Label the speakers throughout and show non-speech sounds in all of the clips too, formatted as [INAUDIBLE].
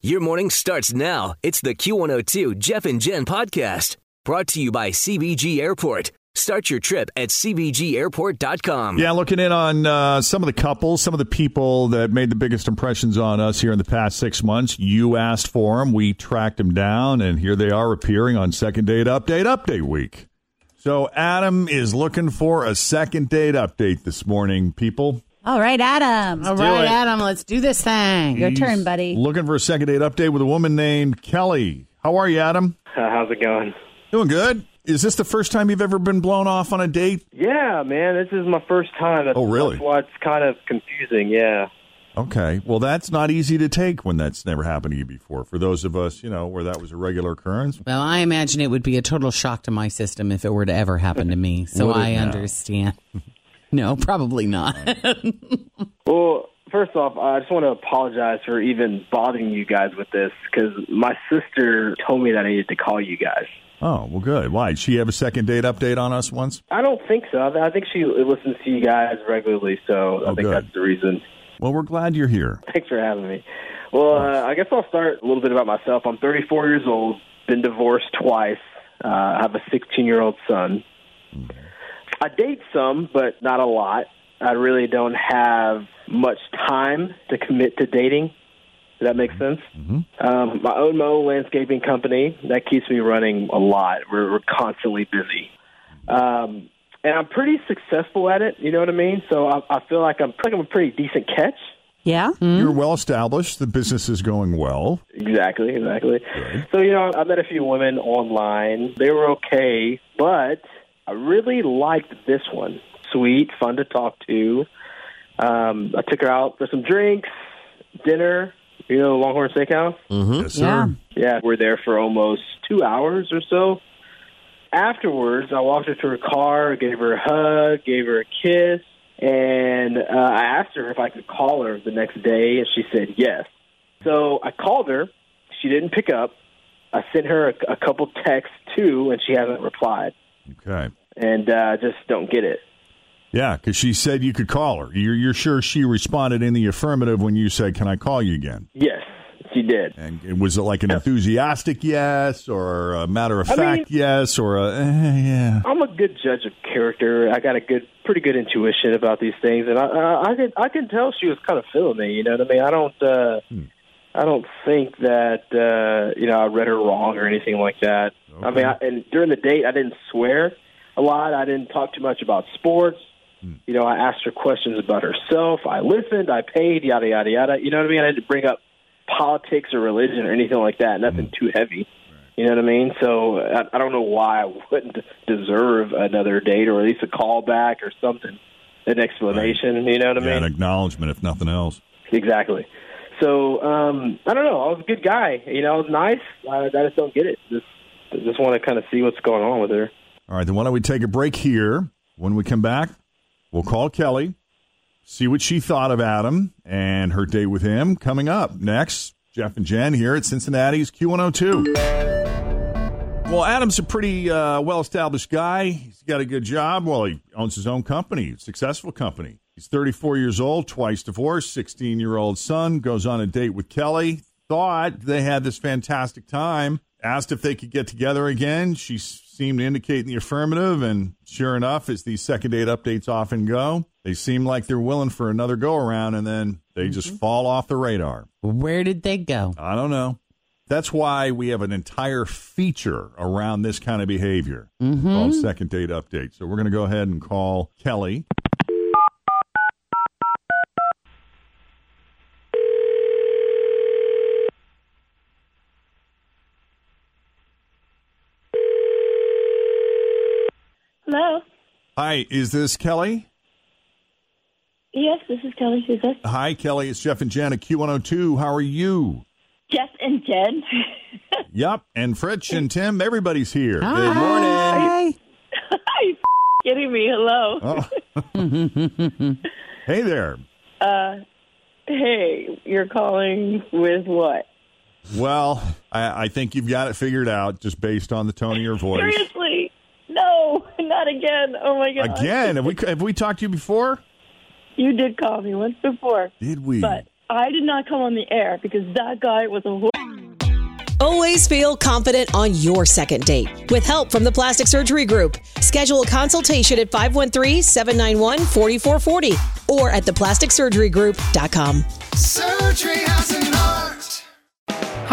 Speaker 1: Your morning starts now. It's the Q102 Jeff and Jen podcast brought to you by CBG Airport. Start your trip at CBGAirport.com.
Speaker 2: Yeah, looking in on uh, some of the couples, some of the people that made the biggest impressions on us here in the past six months. You asked for them, we tracked them down, and here they are appearing on Second Date Update Update Week. So Adam is looking for a second date update this morning, people.
Speaker 3: All right, Adam.
Speaker 4: All right, Adam, let's do this thing.
Speaker 3: Your
Speaker 2: He's
Speaker 3: turn, buddy.
Speaker 2: Looking for a second date update with a woman named Kelly. How are you, Adam?
Speaker 5: Uh, how's it going?
Speaker 2: Doing good. Is this the first time you've ever been blown off on a date?
Speaker 5: Yeah, man, this is my first time. That's,
Speaker 2: Oh, really?
Speaker 5: That's why it's kind of confusing. Yeah.
Speaker 2: Okay. Well, that's not easy to take when that's never happened to you before. For those of us, you know, where that was a regular occurrence.
Speaker 4: Well, I imagine it would be a total shock to my system if it were to ever happen
Speaker 6: [LAUGHS]
Speaker 4: to me. So
Speaker 2: Would it
Speaker 4: I
Speaker 2: now?
Speaker 4: understand. [LAUGHS] no, probably not.
Speaker 5: Well, first off, I just want to apologize for even bothering you guys with this because my sister told me that I needed to call you guys.
Speaker 2: Oh, well, good. Why? Did she have a second date update on us once?
Speaker 5: I don't think so. I I think she listens to you guys regularly, so I
Speaker 2: Oh,
Speaker 5: think
Speaker 2: good.
Speaker 5: that's the reason.
Speaker 2: Well, we're glad you're here.
Speaker 5: [LAUGHS] Thanks for having me. Well, uh, I guess I'll start a little bit about myself. I'm 34 years old, been divorced twice. Uh, I have a 16 year old son. I date some, but not a lot. I really don't have much time to commit to dating. Does that make sense? Um, I own my own landscaping company. That keeps me running a lot. We're, we're constantly busy. Um, and I'm pretty successful at it. You know what I mean? So I, I feel like I'm, like I'm a pretty decent catch.
Speaker 3: Yeah.
Speaker 2: You're well established. The business is going well.
Speaker 5: Exactly, exactly. So, you know, I met a few women online. They were okay, but I really liked this one. Sweet, fun to talk to. Um, I took her out for some drinks, dinner, you know, Longhorn Steakhouse.
Speaker 2: Yes, sir.
Speaker 5: Yeah, we're there for almost two hours or so. Afterwards, I walked her to her car, gave her a hug, gave her a kiss, and uh, I asked her if I could call her the next day, and she said yes. So I called her. She didn't pick up. I sent her a, a couple texts too, and she hasn't replied.
Speaker 2: Okay.
Speaker 5: And uh, I just don't get it.
Speaker 2: Yeah, because she said you could call her. You're, you're sure she responded in the affirmative when you said, Can I call you again?
Speaker 5: Yes, she did.
Speaker 2: And it- was it like an enthusiastic yes or a matter of fact
Speaker 5: I mean-
Speaker 2: yes or a eh, yeah?
Speaker 5: I'm a good judge of character. I got a good, pretty good intuition about these things, and I, I, I could, I could tell she was kind of feeling me. You know what I mean? I don't, uh, I don't think that, uh, you know, I read her wrong or anything like that. I mean, I, and during the date, I didn't swear a lot. I didn't talk too much about sports. You know, I asked her questions about herself. I listened. I paid. Yada yada yada. You know what I mean? I didn't bring up politics or religion or anything like that. Nothing too heavy. You know what I mean? So I, I don't know why I wouldn't deserve another date or at least a call back or something, an explanation. You know what I
Speaker 2: Yeah,
Speaker 5: mean?
Speaker 2: an acknowledgement, if nothing else.
Speaker 5: Exactly. So um, I don't know. I was a good guy. You know, I was nice. I, I just don't get it. Just just want to kind of see what's going on with her.
Speaker 2: All right, then why don't we take a break here? When we come back, we'll call Kelly, see what she thought of Adam and her date with him coming up next. Jeff and Jen here at Cincinnati's Q102. Well, Adam's a pretty uh, well established guy. He's got a good job. Well, he owns his own company, successful company. He's 34 years old, twice divorced, 16 year old son, goes on a date with Kelly. Thought they had this fantastic time. Asked if they could get together again. She s- seemed to indicate in the affirmative, and sure enough, as these second date updates often go, They seem like they're willing for another go around, and then they just fall off the radar.
Speaker 4: [LAUGHS] Where did they go?
Speaker 2: I don't know. That's why we have an entire feature around this kind of behavior called Second Date Update. So we're going to go ahead and call Kelly.
Speaker 3: Hello.
Speaker 2: Hi, is this Kelly?
Speaker 3: Yes, this is Kelly. Who's this?
Speaker 2: Hi, Kelly. It's Jeff and Jen at Q102. How are you?
Speaker 3: Jeff and Jen. [LAUGHS]
Speaker 2: Yep. And Fritch and Tim, everybody's here. Good
Speaker 4: Hi.
Speaker 2: morning.
Speaker 3: Are you kidding me? Hello.
Speaker 2: Oh. hey there.
Speaker 3: Uh, Hey, you're calling with what?
Speaker 2: Well, I, I think you've got it figured out just based on the tone of your voice.
Speaker 3: Seriously? No, not again. Oh my god.
Speaker 2: Again, have we have we talked to you before?
Speaker 3: You did call me once before,
Speaker 2: Did we?
Speaker 3: but I did not come on the air because that guy was a whore.
Speaker 7: Always feel confident on your second date with help from the Plastic Surgery Group. Schedule a consultation at 513 791 4440 or at
Speaker 8: Hmm?
Speaker 7: theplasticsurgerygroup.com.
Speaker 6: Surgery has an art.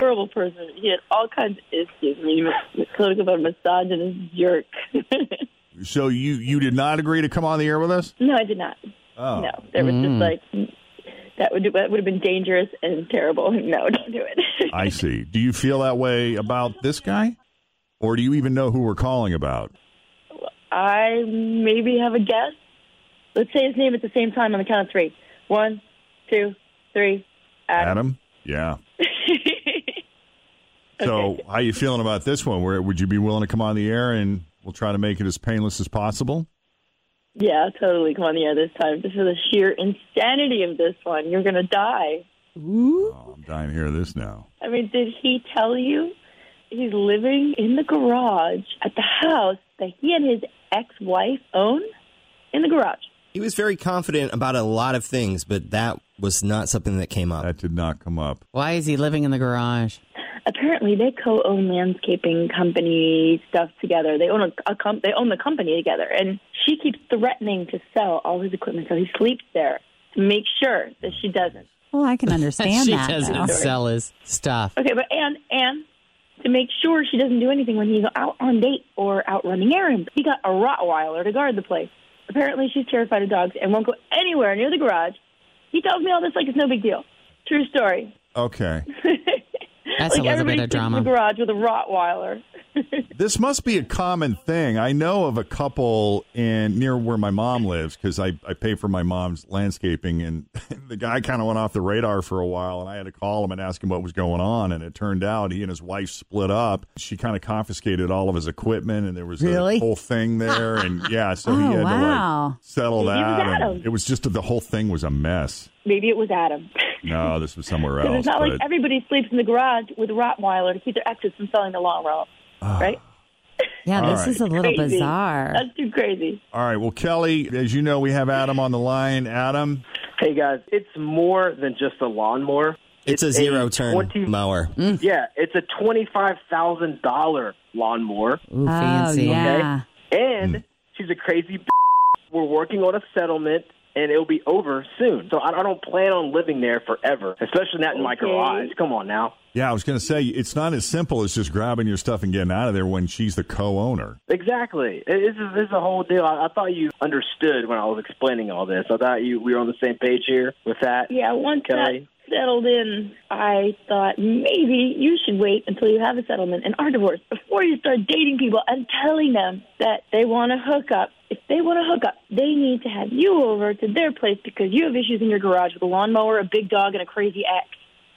Speaker 3: Horrible person. He had all kinds of issues. I mean, he was talking about a misogynist jerk. [LAUGHS]
Speaker 2: So you you did not agree to come on the air with us?
Speaker 3: no, I did not.
Speaker 2: Oh.
Speaker 3: No, there was just like that would that would have been dangerous and terrible. [LAUGHS] No, don't do it. [LAUGHS]
Speaker 2: I see. Do you feel that way about this guy? Or do you even know who we're calling about?
Speaker 3: I maybe have a guess. Let's say his name at the same time on the count of three. One, two, three. Adam.
Speaker 2: Adam? Yeah. So how you feeling about this one? Where would you be willing to come on the air and we'll try to make it as painless as possible?
Speaker 3: [LAUGHS] Yeah, totally. Come on the air this time. This is the sheer insanity of this one. You're gonna die.
Speaker 2: Oh, I'm dying to hear this now.
Speaker 3: I mean, did he tell you he's living in the garage at the house that he and his ex-wife own in the garage?
Speaker 6: He was very confident about a lot of things, but that was not something that came up.
Speaker 2: That did not come up.
Speaker 4: Why is he living in the garage? [LAUGHS]
Speaker 3: Apparently, they co-own landscaping company stuff together. They own a, a com- they own the company together, and she keeps threatening to sell all his equipment so he sleeps there to make sure that she doesn't.
Speaker 8: Well, Oh, I
Speaker 2: [LAUGHS]
Speaker 8: can understand
Speaker 4: she
Speaker 8: that.
Speaker 4: doesn't
Speaker 8: though.
Speaker 4: sell his stuff.
Speaker 3: Okay, but and and to make sure she doesn't do anything when he's out on date or out running errands, he got a Rottweiler to guard the place. Apparently, she's terrified of dogs and won't go anywhere near the garage. He tells me all this like it's no big deal. True story.
Speaker 2: Okay.
Speaker 4: That's a
Speaker 3: like
Speaker 4: little bit
Speaker 3: everybody
Speaker 4: of
Speaker 3: sleeps in the
Speaker 4: drama.
Speaker 3: garage with a Rottweiler.
Speaker 2: This must be a common thing. I know of a couple in near where my mom lives because I, I pay for my mom's landscaping, and [LAUGHS] the guy kind of went off the radar for a while, and I had to call him and ask him what was going on, and it turned out he and his wife split up. She kind of confiscated all of his equipment, and there was
Speaker 4: Really?
Speaker 2: a whole thing
Speaker 8: [LAUGHS]
Speaker 2: there, and yeah, so he
Speaker 8: Oh,
Speaker 2: had to
Speaker 8: wow.
Speaker 2: like settle
Speaker 3: Maybe it was
Speaker 2: that. and
Speaker 3: Adam.
Speaker 2: it was just the whole thing was a mess.
Speaker 3: Maybe it was Adam. [LAUGHS]
Speaker 2: No, this was somewhere
Speaker 3: Because
Speaker 2: else.
Speaker 3: it's not like
Speaker 2: but-
Speaker 3: everybody sleps in the garage with a Rottweiler to keep their exes from selling the long roll, right?
Speaker 8: Yeah,
Speaker 2: All
Speaker 8: this
Speaker 2: right.
Speaker 8: is a little
Speaker 3: Crazy.
Speaker 8: bizarre.
Speaker 3: That's too crazy.
Speaker 2: all right, well, Kelly, as you know, we have Adam on the line. Adam.
Speaker 5: Hey guys, it's more than just a lawnmower.
Speaker 6: it's a zero turn
Speaker 5: 20
Speaker 6: mower.
Speaker 4: Mm.
Speaker 5: Yeah, it's a twenty-five thousand dollar lawnmower,
Speaker 4: Ooh,
Speaker 8: oh,
Speaker 4: fancy.
Speaker 8: yeah.
Speaker 5: and
Speaker 6: Hmm.
Speaker 5: she's a crazy. B- We're working on a settlement, and it'll be over soon. So I, I don't plan on living there forever, especially not in my
Speaker 3: Okay.
Speaker 5: garage. Come on now.
Speaker 2: Yeah, I was going to say it's not as simple as just grabbing your stuff and getting out of there when she's the co-owner.
Speaker 5: Exactly. It- This is, this is a whole deal. I, I thought you understood when I was explaining all this. I thought you we were on the same page here with that.
Speaker 3: Yeah, once
Speaker 5: Kelly.
Speaker 3: that settled in, I thought maybe you should wait until you have a settlement and are divorced before you start dating people and telling them that they want to hook up. If they want to hook up, they need to have you over to their place because you have issues in your garage with a lawnmower, a big dog, and a crazy ex.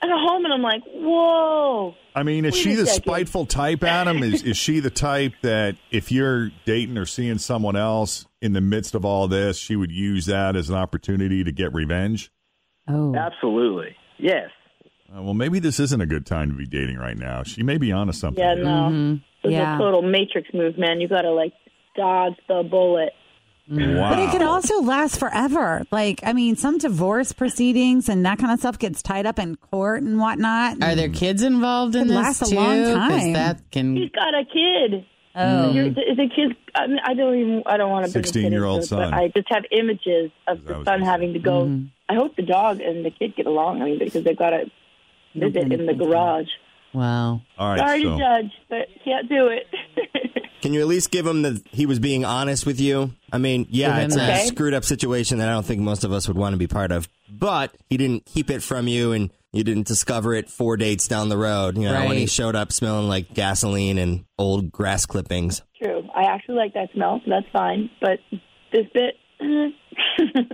Speaker 3: and a home, and I'm like, whoa.
Speaker 2: I mean, is
Speaker 3: Wait
Speaker 2: she
Speaker 3: a
Speaker 2: the
Speaker 3: second.
Speaker 2: spiteful type, Adam? Is is she the type that if you're dating or seeing someone else, in the midst of all this, she would use that as an opportunity to get revenge?
Speaker 8: Oh,
Speaker 5: absolutely. Yes.
Speaker 2: Uh, well, maybe this isn't a good time to be dating right now. She may be onto something.
Speaker 3: Yeah,
Speaker 2: here.
Speaker 3: no. It's
Speaker 8: Mm-hmm. Yeah.
Speaker 3: a total matrix move, man. You gotta like dodge the bullet.
Speaker 2: Wow.
Speaker 8: But it could also last forever. Like, I mean, some divorce proceedings and that kind of stuff gets tied up in court and whatnot.
Speaker 4: Are there kids involved in
Speaker 8: Could
Speaker 4: this
Speaker 8: last a
Speaker 4: too?
Speaker 8: long
Speaker 4: 'Cause
Speaker 8: time.
Speaker 4: that can.
Speaker 3: He's got a kid.
Speaker 8: Oh.
Speaker 3: You're, the, the kids. I, mean, I don't even. I don't want to. bring the kid
Speaker 2: 16-year-old
Speaker 3: into it,
Speaker 2: son.
Speaker 3: But I just have images of the son having to go.
Speaker 8: Mm-hmm.
Speaker 3: I hope the dog and the kid get along. I mean, because they've got to visit in the garage.
Speaker 4: Wow.
Speaker 2: All right.
Speaker 3: Sorry
Speaker 6: so-
Speaker 3: to judge, but can't do it.
Speaker 6: Can you at least give him that he was being honest with you? I mean, yeah,
Speaker 4: Give him
Speaker 6: it's a
Speaker 4: that.
Speaker 6: screwed up situation that I don't think most of us would want to be part of. But he didn't keep it from you, and you didn't discover it four dates down the road. You know, when he
Speaker 4: Right.
Speaker 6: showed up smelling like gasoline and old grass clippings.
Speaker 3: True. I actually like that smell. So that's fine. But this bit. [LAUGHS]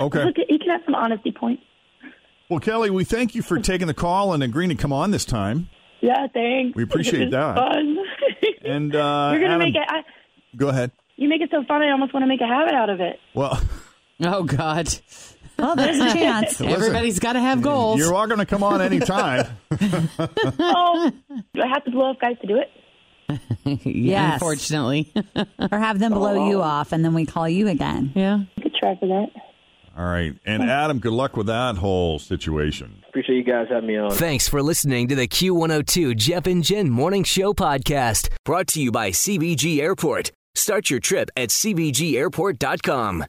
Speaker 2: Okay.
Speaker 3: Look, you can have some honesty points.
Speaker 2: Well, Kelly, we thank you for taking the call and agreeing to come on this time.
Speaker 3: Yeah, thanks.
Speaker 2: We appreciate
Speaker 3: This is
Speaker 2: that.
Speaker 3: Fun.
Speaker 2: [LAUGHS] And uh,
Speaker 3: You're gonna
Speaker 2: Adam,
Speaker 3: make it. I,
Speaker 2: Go ahead.
Speaker 3: you make it so fun. I almost want to make a habit out of it.
Speaker 2: Well,
Speaker 4: Oh God.
Speaker 8: Well, there's a chance.
Speaker 3: [LAUGHS]
Speaker 2: Listen.
Speaker 4: Everybody's got to have goals.
Speaker 2: you're all going to come on
Speaker 8: [LAUGHS]
Speaker 2: anytime.
Speaker 3: oh,
Speaker 2: [LAUGHS]
Speaker 3: do I have to blow up guys to do it?
Speaker 2: [LAUGHS]
Speaker 8: Yes.
Speaker 4: Unfortunately.
Speaker 8: or have them blow
Speaker 3: Oh.
Speaker 8: you off and then we call you again.
Speaker 4: yeah.
Speaker 3: I could try for that.
Speaker 2: all right. And Adam, good luck with that whole situation.
Speaker 5: Appreciate you guys having me on.
Speaker 1: Thanks for listening to the Q102 Jeff and Jen Morning Show podcast brought to you by CBG Airport. Start your trip at CBGAirport.com.